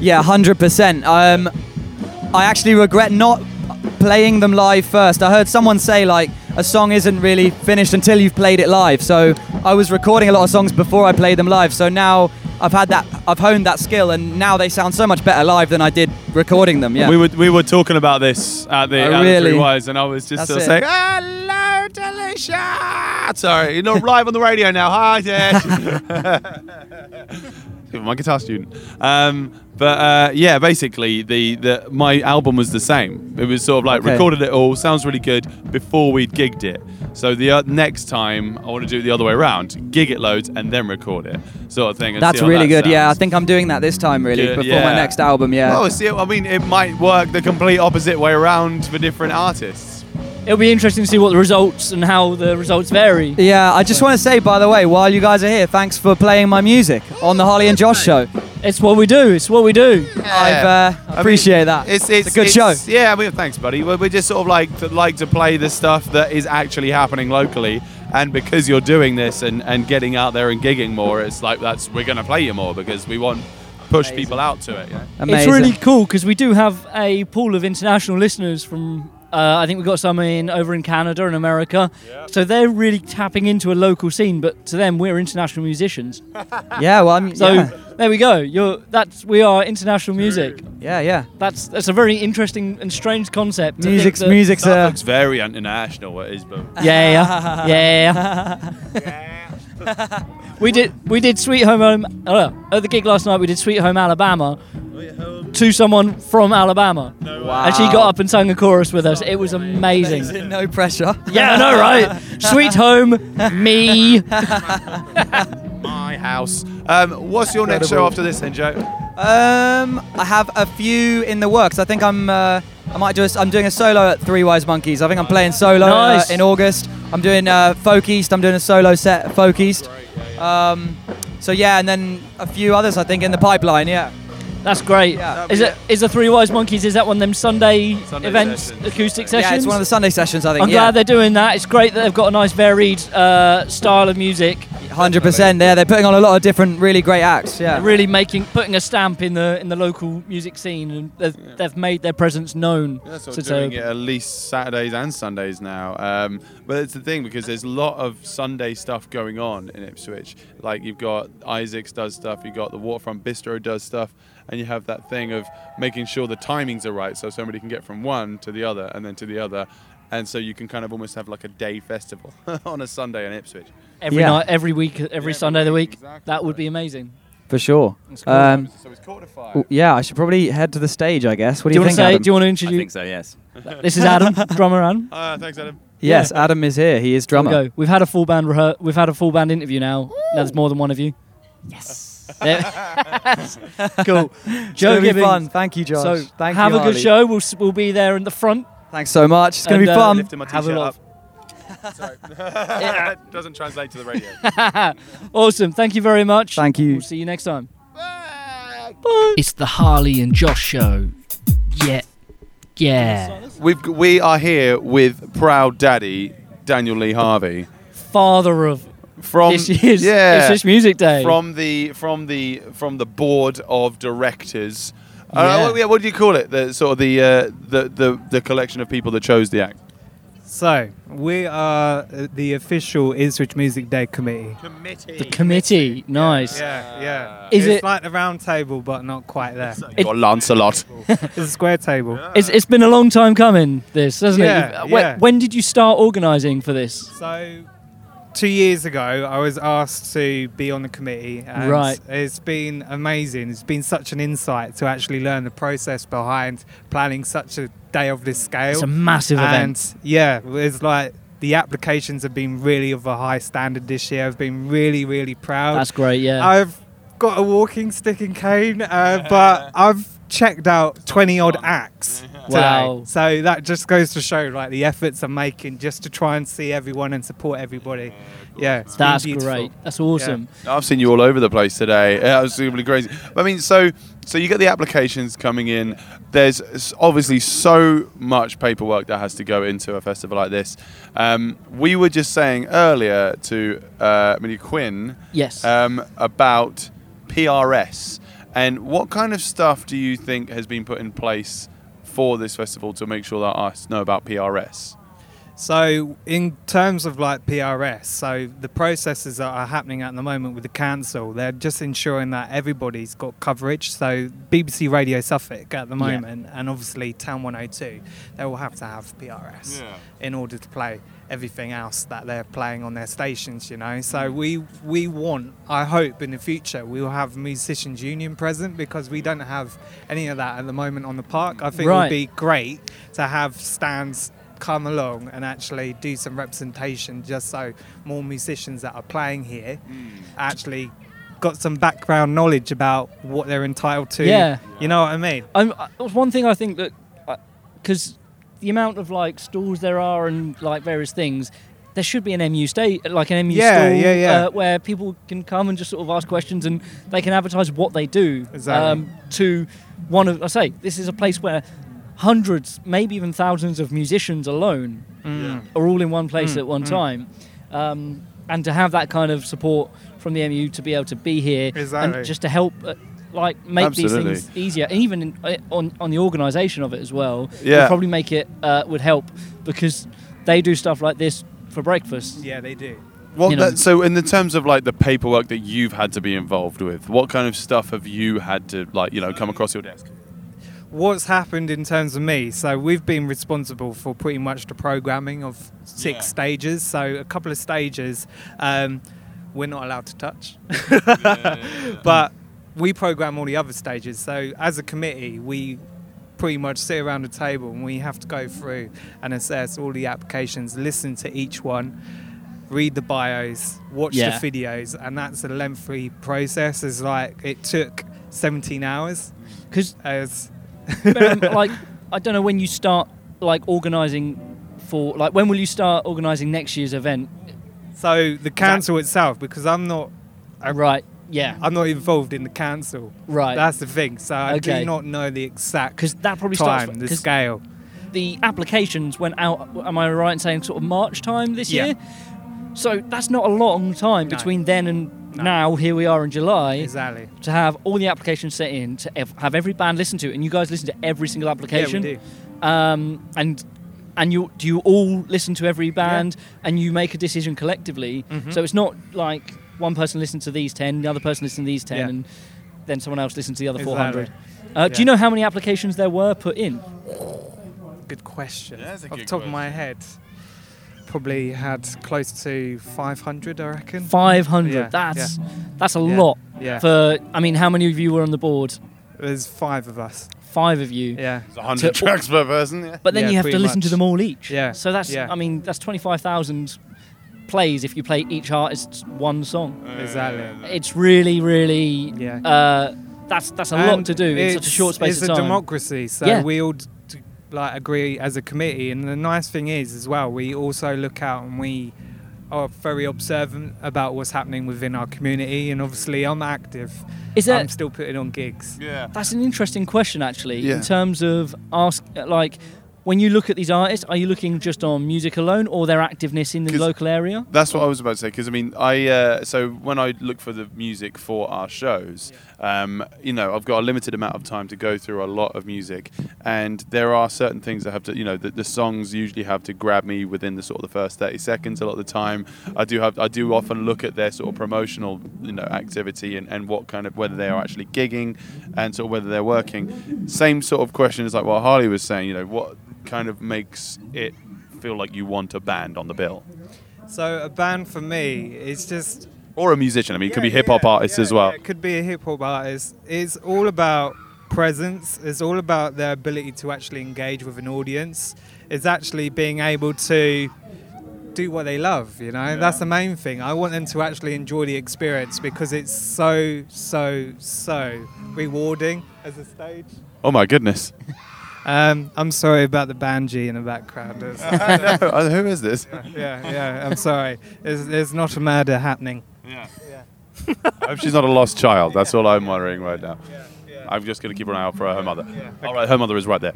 [SPEAKER 6] Yeah, hundred percent. Um, I actually regret not playing them live first. I heard someone say like a song isn't really finished until you've played it live. So I was recording a lot of songs before I played them live. So now I've had that, I've honed that skill, and now they sound so much better live than I did recording them. Yeah.
[SPEAKER 3] We were we were talking about this at the,
[SPEAKER 6] Oh,
[SPEAKER 3] at the Three
[SPEAKER 6] really?
[SPEAKER 3] Wise, and I was just
[SPEAKER 6] That's
[SPEAKER 3] sort of saying,
[SPEAKER 6] it.
[SPEAKER 3] "Hello, Delisha." Sorry, you're not live on the radio now. Hi, Desh.
[SPEAKER 6] *laughs*
[SPEAKER 3] *laughs* my guitar student. Um, but uh, yeah, basically, the, the my album was the same. It was sort of like
[SPEAKER 6] Okay.
[SPEAKER 3] recorded it all, sounds really good before we'd gigged it. So the uh, next time, I want to do it the other way around: gig it loads and then record it, sort of thing. and
[SPEAKER 6] That's
[SPEAKER 3] see how
[SPEAKER 6] really
[SPEAKER 3] that
[SPEAKER 6] good. Yeah, I
[SPEAKER 3] sounds.
[SPEAKER 6] think I'm doing that this time really
[SPEAKER 3] Good,
[SPEAKER 6] before
[SPEAKER 3] yeah.
[SPEAKER 6] my next album. Yeah.
[SPEAKER 3] Oh, see, I mean, it might work the complete opposite way around for different artists.
[SPEAKER 2] It'll be interesting to see what the results and how the results vary.
[SPEAKER 6] Yeah, I just want to say, by the way, while you guys are here, thanks for playing my music on the Harley and Josh show.
[SPEAKER 2] It's what we do. It's what we do.
[SPEAKER 6] I've uh, appreciate that.
[SPEAKER 3] It's, it's,
[SPEAKER 6] a good show.
[SPEAKER 3] it's- Yeah, we, thanks, buddy. We, we just sort of like to, like to play the stuff that is actually happening locally, and because you're doing this and, and getting out there and gigging more, it's like that's we're gonna play you more because we want push people out to it. You know?
[SPEAKER 6] Amazing.
[SPEAKER 2] It's really cool because we do have a pool of international listeners from. Uh, I think we've got some in over in Canada and America, so they're really tapping into a local scene. But to them, we're international musicians.
[SPEAKER 6] Yeah, well, I'm,
[SPEAKER 2] So
[SPEAKER 6] yeah.
[SPEAKER 2] There we go. You're that's we are international music.
[SPEAKER 6] Yeah, yeah.
[SPEAKER 2] That's that's a very interesting and strange concept. I think
[SPEAKER 6] Music's
[SPEAKER 2] that-
[SPEAKER 6] music's uh,
[SPEAKER 3] That
[SPEAKER 6] a
[SPEAKER 3] looks very international, what is, but
[SPEAKER 2] Yeah, yeah, yeah. we did we did Sweet Home Home uh, at the gig last night. We did Sweet Home Alabama to someone from Alabama,
[SPEAKER 6] wow.
[SPEAKER 2] and she got up and sang a chorus with us. It was amazing.
[SPEAKER 6] No pressure.
[SPEAKER 2] *laughs* Yeah, I know, right? Sweet Home, me.
[SPEAKER 3] my house. Um, what's your next show
[SPEAKER 6] Incredible.
[SPEAKER 3] after this then, Joe?
[SPEAKER 6] *laughs* Um, I have a few in the works. I think I'm. Uh, I might do. A, I'm doing a solo at Three Wise Monkeys. I think I'm playing solo uh,
[SPEAKER 2] Nice.
[SPEAKER 6] in August. I'm doing uh, Folk East. I'm doing a solo set at Folk East. Um, so yeah, and then a few others I think in the pipeline. Yeah.
[SPEAKER 2] That's great.
[SPEAKER 6] Yeah.
[SPEAKER 2] Is it is the Three Wise Monkeys? Is that one of them Sunday,
[SPEAKER 3] Sunday
[SPEAKER 2] events,
[SPEAKER 3] sessions.
[SPEAKER 2] acoustic
[SPEAKER 6] Yeah,
[SPEAKER 2] sessions?
[SPEAKER 6] it's one of the Sunday sessions I think.
[SPEAKER 2] I'm glad they're doing that. It's great that they've got a nice varied uh, style of music.
[SPEAKER 6] Hundred percent. Yeah, they're putting on a lot of different, really great acts. Yeah.
[SPEAKER 2] really making putting a stamp in the in the local music scene and they've, they've made their presence known
[SPEAKER 3] Yeah, so
[SPEAKER 2] So it's
[SPEAKER 3] doing
[SPEAKER 2] a-
[SPEAKER 3] it at least Saturdays and Sundays now. Um, but it's the thing because there's a lot of Sunday stuff going on in Ipswich. Like you've got Isaac's does stuff, you've got the Waterfront Bistro does stuff, and you have that thing of making sure the timings are right so somebody can get from one to the other and then to the other. And so you can kind of almost have like a day festival *laughs* on a Sunday in Ipswich.
[SPEAKER 2] every
[SPEAKER 6] Yeah.
[SPEAKER 2] night every week every Sunday of the week
[SPEAKER 3] exactly.
[SPEAKER 2] that would be amazing
[SPEAKER 6] For sure.
[SPEAKER 2] cool.
[SPEAKER 6] Um,
[SPEAKER 3] So it's quarter five.
[SPEAKER 6] w- yeah, I should probably head to the stage. I guess. What
[SPEAKER 2] do
[SPEAKER 6] do,
[SPEAKER 2] you
[SPEAKER 6] you
[SPEAKER 2] want to
[SPEAKER 6] think?
[SPEAKER 2] say
[SPEAKER 6] Adam?
[SPEAKER 2] do you want to
[SPEAKER 4] I think
[SPEAKER 2] introduce
[SPEAKER 4] so, yes.
[SPEAKER 2] this is
[SPEAKER 3] *laughs*
[SPEAKER 2] Adam drummer Adam
[SPEAKER 3] Uh, thanks, Adam.
[SPEAKER 6] yes, Adam is here. He is drummer.
[SPEAKER 2] Here we go we've had a full band rehe- we've had a full band interview now now there's more than one of you
[SPEAKER 3] *laughs*
[SPEAKER 2] yes cool
[SPEAKER 6] It's
[SPEAKER 2] Joe
[SPEAKER 6] gonna be
[SPEAKER 2] Gibbons
[SPEAKER 6] fun. Thank you, Josh.
[SPEAKER 2] so
[SPEAKER 6] Thank
[SPEAKER 2] have
[SPEAKER 6] you,
[SPEAKER 2] a good
[SPEAKER 6] Harley.
[SPEAKER 2] show we'll, s- we'll be there in the front
[SPEAKER 6] Thanks so much. It's gonna
[SPEAKER 2] And,
[SPEAKER 6] be
[SPEAKER 2] uh,
[SPEAKER 6] fun.
[SPEAKER 3] Lifting my
[SPEAKER 2] have a
[SPEAKER 3] t-shirt
[SPEAKER 2] lot
[SPEAKER 3] up. Sorry. *laughs* It doesn't translate to the radio.
[SPEAKER 2] awesome thank you very much
[SPEAKER 6] Thank you.
[SPEAKER 2] we'll see you next time
[SPEAKER 7] It's the Harley and Josh show. Yeah. Yeah.
[SPEAKER 3] We've, g- we are here with proud daddy Daniel Lee Harvey
[SPEAKER 2] father of
[SPEAKER 3] from
[SPEAKER 2] this year's
[SPEAKER 3] yeah
[SPEAKER 2] Ipswich Music Day.
[SPEAKER 3] from the from the from the board of directors. Uh,
[SPEAKER 2] Yeah.
[SPEAKER 3] what- yeah, what do you call it? The sort of the, uh, the the the collection of people that chose the act.
[SPEAKER 8] So, we are uh, the official Ipswich Music Day committee.
[SPEAKER 2] the committee. Nice.
[SPEAKER 8] Yeah, yeah.
[SPEAKER 2] Is
[SPEAKER 8] it's
[SPEAKER 2] it-
[SPEAKER 8] like the round table, but not quite there.
[SPEAKER 3] You got Lancelot.
[SPEAKER 8] It's a square table.
[SPEAKER 2] It's, it's been a long time coming, this, hasn't it?
[SPEAKER 8] Yeah,
[SPEAKER 2] Uh, when,
[SPEAKER 8] yeah.
[SPEAKER 2] when did you start organising for this?
[SPEAKER 8] So, two years ago, I was asked to be on the committee, and
[SPEAKER 2] Right.
[SPEAKER 8] it's been amazing. It's been such an insight to actually learn the process behind planning such a day of this scale.
[SPEAKER 2] It's a massive event.
[SPEAKER 8] and yeah, it's like the applications have been really of a high standard this year. I've been really, really proud.
[SPEAKER 2] That's great, yeah.
[SPEAKER 8] I've got a walking stick and cane, uh, but I've checked out 20 odd acts. Today.
[SPEAKER 2] Wow.
[SPEAKER 8] So that just goes to show like the efforts I'm making just to try and see everyone and support everybody. Yeah, it's been
[SPEAKER 2] That's
[SPEAKER 8] beautiful.
[SPEAKER 2] great. That's awesome.
[SPEAKER 3] I've seen you all over the place today. *laughs* Yeah, Absolutely crazy. I mean, so so you get the applications coming in. There's s- obviously so much paperwork that has to go into a festival like this. Um, we were just saying earlier to uh, Millie Quinn
[SPEAKER 2] Yes.
[SPEAKER 3] um, about PRS and what kind of stuff do you think has been put in place for this festival to make sure that us know about PRS?
[SPEAKER 8] So, in terms of like PRS, so the processes that are happening at the moment with the council, they're just ensuring that everybody's got coverage. So, BBC Radio Suffolk at the moment, and obviously Town 102, they will have to have PRS in order to play everything else that they're playing on their stations. You know, so we we want, I hope, in the future we will have musicians union present because we don't have any of that at the moment on the park. I think it
[SPEAKER 2] Right.
[SPEAKER 8] would be great to have stands come along and actually do some representation just so more musicians that are playing here actually got some background knowledge about what they're entitled to
[SPEAKER 2] Yeah.
[SPEAKER 8] you know what i mean
[SPEAKER 2] I'm, I, there's uh, one thing I think that, because the amount of like stalls there are and like various things, there should be an MU state, like an MU
[SPEAKER 8] Yeah,
[SPEAKER 2] stall,
[SPEAKER 8] yeah, yeah.
[SPEAKER 2] Uh, where people can come and just sort of ask questions and they can advertise what they do. um,
[SPEAKER 8] Exactly.
[SPEAKER 2] to one of, I say, this is a place where hundreds, maybe even thousands of musicians alone
[SPEAKER 8] Mm.
[SPEAKER 2] are all in one place at one time. Um, and to have that kind of support from the MU to be able to be here
[SPEAKER 8] Exactly.
[SPEAKER 2] and just to help, uh, like, make
[SPEAKER 3] Absolutely.
[SPEAKER 2] these things easier, and even in, uh, on on the organisation of it as well.
[SPEAKER 3] Yeah.
[SPEAKER 2] would probably make it uh, would help because they do stuff like this for breakfast.
[SPEAKER 8] yeah they do
[SPEAKER 3] What
[SPEAKER 7] You know.
[SPEAKER 3] that, so in the terms of like the paperwork that you've had to be involved with, what kind of stuff have you had to like you know come across your desk?
[SPEAKER 8] what's happened in terms of me so we've been responsible for pretty much the programming of six stages so a couple of stages um, we're not allowed to touch *laughs* but we program all the other stages so as a committee we pretty much sit around a table and we have to go through and assess all the applications listen to each one read the bios watch
[SPEAKER 7] Yeah.
[SPEAKER 8] the videos and that's a lengthy process it's like it took 17 hours
[SPEAKER 2] Because
[SPEAKER 8] *laughs* as
[SPEAKER 2] um, like I don't know when you start like organising for like when will you start organising next year's event?
[SPEAKER 8] So the council itself, because I'm not, I-
[SPEAKER 2] Uh, right. Yeah.
[SPEAKER 8] I'm not involved in the council.
[SPEAKER 2] Right.
[SPEAKER 8] That's the thing. So I
[SPEAKER 2] Okay.
[SPEAKER 8] do not know the exact
[SPEAKER 2] 'Cause that probably starts
[SPEAKER 8] time,
[SPEAKER 2] with-
[SPEAKER 8] the
[SPEAKER 2] 'cause-
[SPEAKER 8] scale.
[SPEAKER 2] the applications went out. Am I right in saying sort of March time this
[SPEAKER 8] Yeah.
[SPEAKER 2] year? So that's not a long time
[SPEAKER 8] No.
[SPEAKER 2] between then and
[SPEAKER 8] No.
[SPEAKER 2] now. Here we are in July.
[SPEAKER 8] Exactly.
[SPEAKER 2] To have all the applications set in, to ev- have every band listen to it, and you guys listen to every single
[SPEAKER 8] Yeah, we
[SPEAKER 2] application.
[SPEAKER 8] do.
[SPEAKER 2] um, and and you do you all listen to every band and you make a decision collectively.
[SPEAKER 8] Mm-hmm.
[SPEAKER 2] So it's not like one person listens to these ten, the other person listens to these ten,
[SPEAKER 8] Yeah.
[SPEAKER 2] and then someone else listens to the other
[SPEAKER 8] Exactly.
[SPEAKER 2] four hundred. Uh, Do
[SPEAKER 8] Yeah.
[SPEAKER 2] you know how many applications there were put in?
[SPEAKER 8] Good question.
[SPEAKER 3] Yeah, that's a
[SPEAKER 8] Off the
[SPEAKER 3] good
[SPEAKER 8] top of my head, probably had close to 500, I reckon.
[SPEAKER 2] Five hundred.
[SPEAKER 8] Yeah,
[SPEAKER 2] That's that's a
[SPEAKER 8] Yeah.
[SPEAKER 2] lot.
[SPEAKER 8] Yeah.
[SPEAKER 2] For I mean, how many of you were on the board?
[SPEAKER 8] There's five of us.
[SPEAKER 2] Five of you.
[SPEAKER 8] Yeah.
[SPEAKER 3] It's 100
[SPEAKER 2] To-
[SPEAKER 3] tracks per person. Yeah.
[SPEAKER 2] But then
[SPEAKER 8] Yeah,
[SPEAKER 2] you have to
[SPEAKER 8] pretty
[SPEAKER 2] listen to
[SPEAKER 8] much.
[SPEAKER 2] them all each.
[SPEAKER 8] Yeah,
[SPEAKER 2] So that's
[SPEAKER 8] yeah.
[SPEAKER 2] I mean that's twenty five thousand plays if you play each artist's one song.
[SPEAKER 8] Exactly.
[SPEAKER 2] it's really, really.
[SPEAKER 8] Yeah.
[SPEAKER 2] Uh, that's that's a lot
[SPEAKER 8] And
[SPEAKER 2] to do in such a short space
[SPEAKER 8] it's
[SPEAKER 2] of time.
[SPEAKER 8] a democracy, so
[SPEAKER 2] Yeah.
[SPEAKER 8] we all d- d- like agree as a committee. And the nice thing is, as well, we also look out and we are very observant about what's happening within our community. And obviously, I'm active.
[SPEAKER 2] Is that-
[SPEAKER 8] I'm still putting on gigs.
[SPEAKER 3] Yeah.
[SPEAKER 2] that's an interesting question, actually,
[SPEAKER 3] Yeah.
[SPEAKER 2] in terms of ask uh, like. When you look at these artists, are you looking just on music alone or their activeness in the
[SPEAKER 3] 'Cause-
[SPEAKER 2] local area?
[SPEAKER 3] That's what I was about to say because I mean I uh, so when I look for the music for our shows, um, you know I've got a limited amount of time to go through a lot of music, and there are certain things that have to you know the, the songs usually have to grab me within the sort of the first thirty seconds. A lot of the time, I do have I do often look at their sort of promotional you know activity and, and what kind of whether they are actually gigging, and sort of whether they're working. Same sort of question as like what Harley was saying. You know what kind of makes it feel like you want a band on the bill
[SPEAKER 8] So a band for me is just
[SPEAKER 3] or a musician. I mean, it could be
[SPEAKER 8] Yeah,
[SPEAKER 3] hip hop
[SPEAKER 8] yeah,
[SPEAKER 3] artists
[SPEAKER 8] yeah,
[SPEAKER 3] as well.
[SPEAKER 8] yeah, it could be a hip hop artist. It's all about presence. It's all about their ability to actually engage with an audience. It's actually being able to do what they love. You know, that's the main thing. I want them to actually enjoy the experience because it's so, so, so rewarding as a stage.
[SPEAKER 3] Oh my
[SPEAKER 8] *laughs*
[SPEAKER 3] goodness! *laughs*
[SPEAKER 8] Um, I'm sorry about the banjee in the background.
[SPEAKER 3] *laughs*
[SPEAKER 8] It's-
[SPEAKER 3] Uh, Who is this?
[SPEAKER 8] yeah, yeah. I'm sorry. There's, there's not a murder happening.
[SPEAKER 3] I hope she's not a lost child. That's all I'm worrying right now. I'm just gonna keep an eye out for her mother. All right, her mother is
[SPEAKER 8] *laughs*
[SPEAKER 3] right there.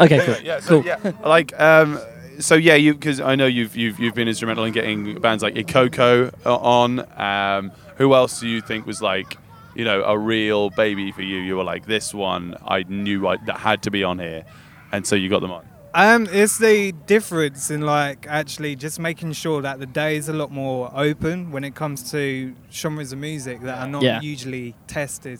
[SPEAKER 2] Okay, cool.
[SPEAKER 3] yeah, so, yeah, like um, so yeah, you because I know you've you've you've been instrumental in getting bands like Ikoko o- on. Um, who else do you think was like? You know, a real baby for you. You were like, this one I knew I, that had to be on here, and so you got them on.
[SPEAKER 8] Um, it's the difference in like actually just making sure that the day is a lot more open when it comes to genres of music that are not
[SPEAKER 7] Yeah.
[SPEAKER 8] usually tested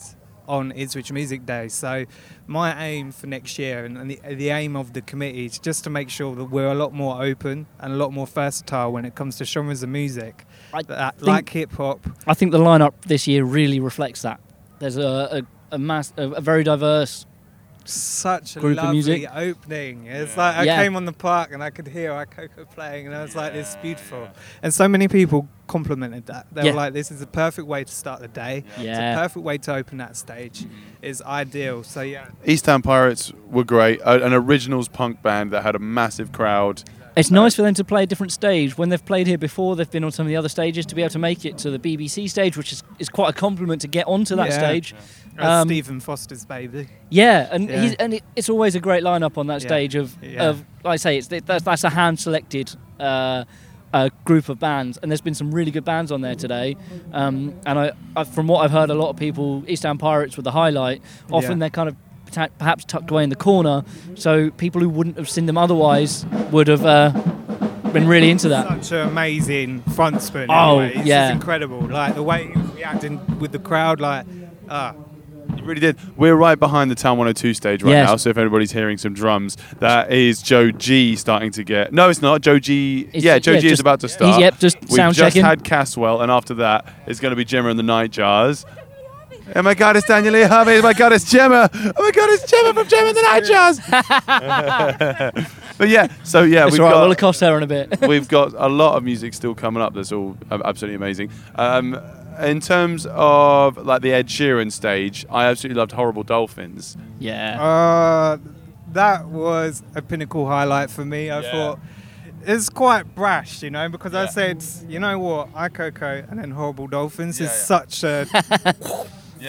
[SPEAKER 8] on Ipswich Music Day. So my aim for next year and, and the, the aim of the committee is just to make sure that we're a lot more open and a lot more versatile when it comes to genres of music
[SPEAKER 2] I
[SPEAKER 8] that,
[SPEAKER 2] think-
[SPEAKER 8] like hip hop.
[SPEAKER 2] I think the lineup this year really reflects that. There's a, a, a mass, a, a very diverse.
[SPEAKER 8] Such a
[SPEAKER 2] Group of
[SPEAKER 8] lovely
[SPEAKER 2] music.
[SPEAKER 8] opening. It's like I
[SPEAKER 2] Yeah.
[SPEAKER 8] came on the park and I could hear Icoco playing, and I was like, "This is beautiful." And so many people complimented that. They
[SPEAKER 2] Yeah.
[SPEAKER 8] were like, "This is the perfect way to start the day. It's
[SPEAKER 2] Yeah.
[SPEAKER 8] a perfect way to open that stage. It's ideal." So yeah,
[SPEAKER 3] Easttown Pirates were great, a, an originals punk band that had a massive crowd.
[SPEAKER 2] It's nice for them to play a different stage when they've played here before. They've been on some of the other stages to be able to make it to the BBC stage, which is, is quite a compliment to get onto that
[SPEAKER 8] Yeah.
[SPEAKER 2] stage.
[SPEAKER 8] That's
[SPEAKER 2] Um,
[SPEAKER 8] Stephen Foster's baby.
[SPEAKER 2] Yeah, and
[SPEAKER 8] Yeah.
[SPEAKER 2] He's, and it, it's always a great lineup on that
[SPEAKER 8] Yeah.
[SPEAKER 2] stage of
[SPEAKER 8] Yeah.
[SPEAKER 2] of like I say it's that's, that's a hand selected uh, uh, group of bands, and there's been some really good bands on there today. Um, and I, I from what I've heard, a lot of people East End Pirates were the highlight. Often
[SPEAKER 8] Yeah.
[SPEAKER 2] they're kind of pata- perhaps tucked away in the corner, so people who wouldn't have seen them otherwise would have. Uh, been really into that.
[SPEAKER 8] Such an amazing front spin.
[SPEAKER 2] Oh,
[SPEAKER 8] anyway. it's
[SPEAKER 2] yeah.
[SPEAKER 8] just incredible. Like the way he was reacting with the crowd, like, ah,
[SPEAKER 3] You really did. We're right behind the Town 102 stage right
[SPEAKER 2] Yes.
[SPEAKER 3] now, so if everybody's hearing some drums, that is Joe G starting to get. No, it's not. Joe G.
[SPEAKER 2] It's-
[SPEAKER 3] yeah, Joe
[SPEAKER 2] yeah,
[SPEAKER 3] G
[SPEAKER 2] just-
[SPEAKER 3] is about to
[SPEAKER 2] he's-
[SPEAKER 3] start.
[SPEAKER 2] yep, just
[SPEAKER 3] We've
[SPEAKER 2] sound
[SPEAKER 3] just
[SPEAKER 2] checking.
[SPEAKER 3] had Caswell, and after that, it's going to be Gemma and the Nightjars. Oh my God, it's Daniel Lee Harvey. Oh my God, it's Gemma. Oh my God, it's Gemma from Gemma and the Nightjars. *laughs* but yeah, so yeah,
[SPEAKER 2] That's
[SPEAKER 3] we've
[SPEAKER 2] all right.
[SPEAKER 3] got.
[SPEAKER 2] We'll accost her in a bit.
[SPEAKER 3] *laughs*
[SPEAKER 2] *laughs*
[SPEAKER 3] we've got a lot of music still coming up that's all a- absolutely amazing. Um, in terms of like the Ed Sheeran stage, I absolutely loved Horrible Dolphins.
[SPEAKER 2] yeah.
[SPEAKER 8] Uh, that was a pinnacle highlight for me. I
[SPEAKER 3] Yeah.
[SPEAKER 8] thought it's quite brash, you know, because I
[SPEAKER 3] Yeah.
[SPEAKER 8] said, you know what, I Coco and then Horrible Dolphins
[SPEAKER 3] Yeah, *laughs*
[SPEAKER 8] is
[SPEAKER 3] yeah.
[SPEAKER 8] such a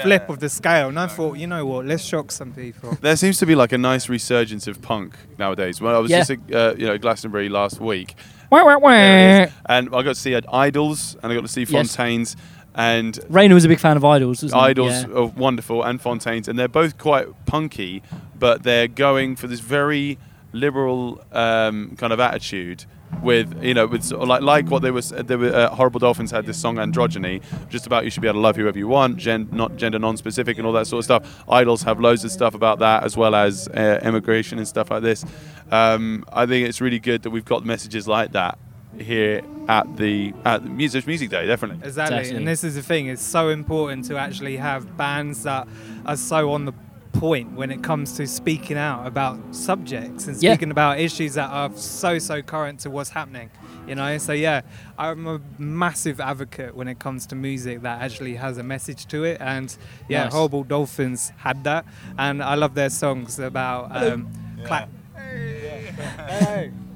[SPEAKER 8] flip of the scale, and I thought, you know what, let's shock some people.
[SPEAKER 3] There seems to be like a nice resurgence of punk nowadays. When I was
[SPEAKER 2] Yeah.
[SPEAKER 3] just at uh, you know Glastonbury last week,
[SPEAKER 2] Wah, wah, wah.
[SPEAKER 3] there it is, and I got to see uh, Idols and I got to see
[SPEAKER 2] Yes.
[SPEAKER 3] Fontaines and
[SPEAKER 2] Rainer was a big fan of Idols, wasn't he?
[SPEAKER 3] Idols
[SPEAKER 2] Yeah.
[SPEAKER 3] are wonderful and Fontaines, and they're both quite punky, but they're going for this very liberal um, kind of attitude. With you know, with sort of like like what they was they were uh, horrible dolphins had this song androgyny, just about you should be able to love whoever you want, gen, not gender non-specific and all that sort of stuff. Idols have loads of stuff about that as well as uh, immigration and stuff like this. Um, I think it's really good that we've got messages like that here at the at the music music day definitely.
[SPEAKER 8] Exactly.
[SPEAKER 2] Exactly.
[SPEAKER 8] and this is the thing, it's so important to actually have bands that are so on the point when it comes to speaking out about subjects and
[SPEAKER 2] Yeah.
[SPEAKER 8] speaking about issues that are so so current to what's happening you know so yeah i'm a massive advocate when it comes to music that actually has a message to it and yeah
[SPEAKER 2] Nice.
[SPEAKER 8] horrible dolphins had that and i love their songs about um clack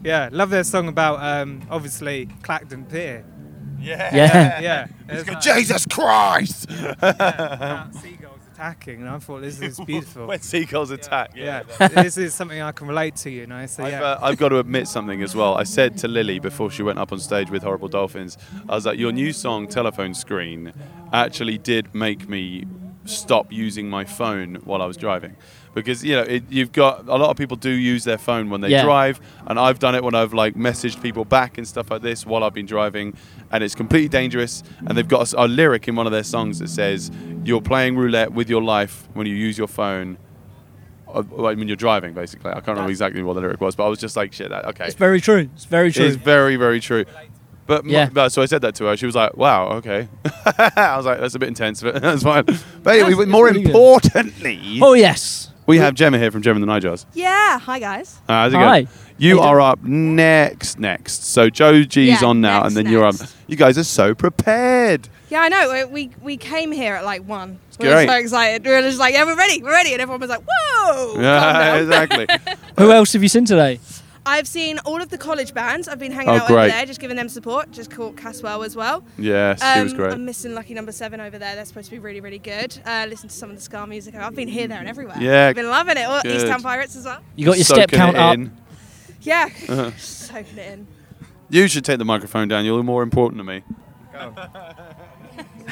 [SPEAKER 8] yeah love their song about um obviously clacton pier
[SPEAKER 2] Yeah.
[SPEAKER 8] *laughs* yeah it's like-
[SPEAKER 1] Jesus Christ!
[SPEAKER 8] about seagulls attacking, and I thought this *laughs* is
[SPEAKER 3] *laughs*
[SPEAKER 8] beautiful.
[SPEAKER 3] When seagulls attack,
[SPEAKER 8] yeah, this is something I can relate to, you know. So
[SPEAKER 3] I've,
[SPEAKER 8] *laughs* yeah,
[SPEAKER 3] uh, I've got to admit something as well. I said to Lily before she went up on stage with Horrible Dolphins, I was like, your new song, Telephone Screen, actually did make me stop using my phone while I was driving. Because, you know, it, you've got a lot of people do use their phone when they
[SPEAKER 2] Yeah.
[SPEAKER 3] drive. And I've done it when I've like messaged people back and stuff like this while I've been driving. And it's completely dangerous. And they've got a s- a, lyric in one of their songs that says, you're playing roulette with your life when you use your phone. Uh, well, I mean, you're driving basically. I can't remember exactly what the lyric was, but I was just like, shit, that, okay.
[SPEAKER 2] It's very true. It's very true.
[SPEAKER 3] It's very, very true. But, my-
[SPEAKER 2] Yeah.
[SPEAKER 3] but- so I said that to her. She was like, wow, okay. *laughs* I was like, that's a bit intense, but *laughs* that's fine. But anyway,
[SPEAKER 2] That's-
[SPEAKER 3] more
[SPEAKER 2] that's really good.
[SPEAKER 3] importantly,
[SPEAKER 2] oh yes.
[SPEAKER 3] we have Gemma here from Gemma and the Nigers.
[SPEAKER 9] Yeah. Hi, guys.
[SPEAKER 3] Uh, how's it
[SPEAKER 2] Hi.
[SPEAKER 3] going? You
[SPEAKER 2] How you
[SPEAKER 3] are up next, next. So Joe G's
[SPEAKER 9] Yeah,
[SPEAKER 3] on now,
[SPEAKER 9] next,
[SPEAKER 3] and then you're up.
[SPEAKER 9] next.
[SPEAKER 3] You guys are so
[SPEAKER 2] *laughs*
[SPEAKER 3] prepared.
[SPEAKER 9] Yeah, I know. We- We we came here at like one. We
[SPEAKER 3] great.
[SPEAKER 9] were so excited. We were just like, yeah, we're ready, we're ready, and everyone was like, whoa. calm
[SPEAKER 3] *laughs* Yeah,
[SPEAKER 9] down.
[SPEAKER 3] exactly.
[SPEAKER 2] Who
[SPEAKER 3] Uh,
[SPEAKER 2] else have you seen today?
[SPEAKER 9] I've seen all of the college bands. I've been hanging
[SPEAKER 3] Oh,
[SPEAKER 9] out
[SPEAKER 3] great.
[SPEAKER 9] over there, just giving them support. Just caught Caswell as well. Um,
[SPEAKER 3] Yes, she
[SPEAKER 2] Um,
[SPEAKER 3] was great.
[SPEAKER 9] I'm missing Lucky Number Seven over there. They're supposed to be really, really good. Uh, listen to some of the ska music. I've been here, there, and everywhere.
[SPEAKER 3] Yeah,
[SPEAKER 9] been loving it. Or
[SPEAKER 3] good.
[SPEAKER 9] East Town Pirates as well.
[SPEAKER 2] You got your
[SPEAKER 3] Soaking
[SPEAKER 2] step count
[SPEAKER 3] it
[SPEAKER 2] up.
[SPEAKER 3] in.
[SPEAKER 9] Yeah,
[SPEAKER 3] Uh-huh.
[SPEAKER 9] *laughs* soaking it in.
[SPEAKER 3] You should take the microphone down. You're more important than me.
[SPEAKER 2] *laughs*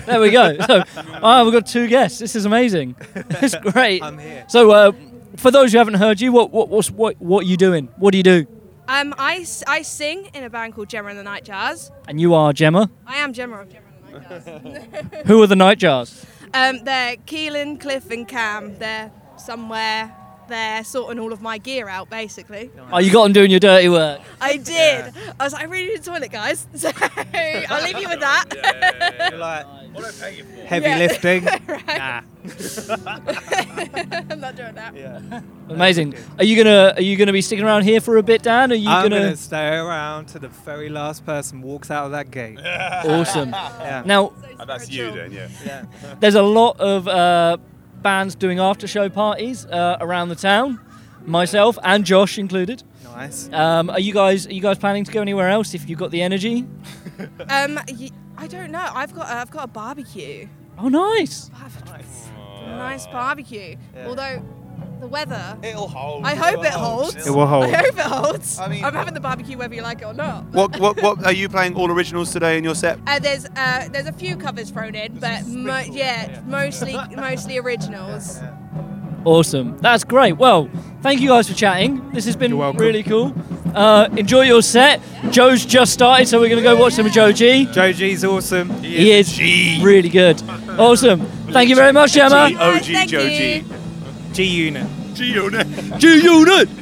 [SPEAKER 2] There we go.
[SPEAKER 3] *laughs*
[SPEAKER 2] So, oh, we've got two guests. This is amazing. It's great.
[SPEAKER 8] I'm here.
[SPEAKER 2] So, uh, for those who haven't heard you, what what what's, what what are you doing? What do you do?
[SPEAKER 9] Um, I, s- I sing in a band called Gemma and the Night Jazz.
[SPEAKER 2] And you are Gemma.
[SPEAKER 9] I am Gemma of Gemma and the Night Jazz.
[SPEAKER 2] Who are the Nightjars?
[SPEAKER 9] Um, they're Keelan, Cliff, and Cam. They're somewhere. They're sorting all of my gear out, basically.
[SPEAKER 2] Oh, you got them doing your dirty work.
[SPEAKER 9] I did. I was like, I really need a toilet, guys. *laughs* So I'll leave you with that. *laughs*
[SPEAKER 8] You're like, heavy
[SPEAKER 9] Yeah.
[SPEAKER 8] lifting.
[SPEAKER 9] *laughs* Right.
[SPEAKER 8] Nah.
[SPEAKER 9] I'm not doing that.
[SPEAKER 2] Amazing. Are you gonna are you gonna be sticking around here for a bit, Dan? Are you
[SPEAKER 8] I'm
[SPEAKER 2] gonna?
[SPEAKER 8] gonna stay around to the very last person walks out of that *laughs*
[SPEAKER 3] *laughs*
[SPEAKER 8] gate.
[SPEAKER 2] Awesome.
[SPEAKER 8] Yeah.
[SPEAKER 2] Now,
[SPEAKER 3] That's you then, yeah.
[SPEAKER 2] there's a lot of uh, bands doing after show parties uh, around the town. Myself and Josh included.
[SPEAKER 8] *laughs* Nice.
[SPEAKER 2] Um, are you guys are you guys planning to go anywhere else if you've got the energy?
[SPEAKER 9] Um, y- I don't know. I've got a, I've got a barbecue.
[SPEAKER 2] Oh, nice.
[SPEAKER 9] I have a Nice barbecue. Although the weather,
[SPEAKER 8] It'll hold.
[SPEAKER 9] I hope it holds.
[SPEAKER 8] It will hold.
[SPEAKER 9] I hope it holds. I
[SPEAKER 8] I mean-
[SPEAKER 9] am having the barbecue whether you like it or not.
[SPEAKER 3] What, what, what are you playing all originals today in your set?
[SPEAKER 9] Uh, there's uh, there's a few covers thrown in, but mo- yeah, *laughs* mostly mostly originals.
[SPEAKER 2] Awesome. That's great. Well, thank you guys for chatting. This has been
[SPEAKER 8] welcome.
[SPEAKER 2] really cool. Uh, enjoy your set. Joe's just started, so we're going to go watch some of Joe G.
[SPEAKER 8] Joe G's awesome.
[SPEAKER 2] He is really good. Awesome. Thank you very much, Gemma.
[SPEAKER 3] OG Joe G.
[SPEAKER 8] G Unit.
[SPEAKER 3] G Unit.
[SPEAKER 2] G Unit.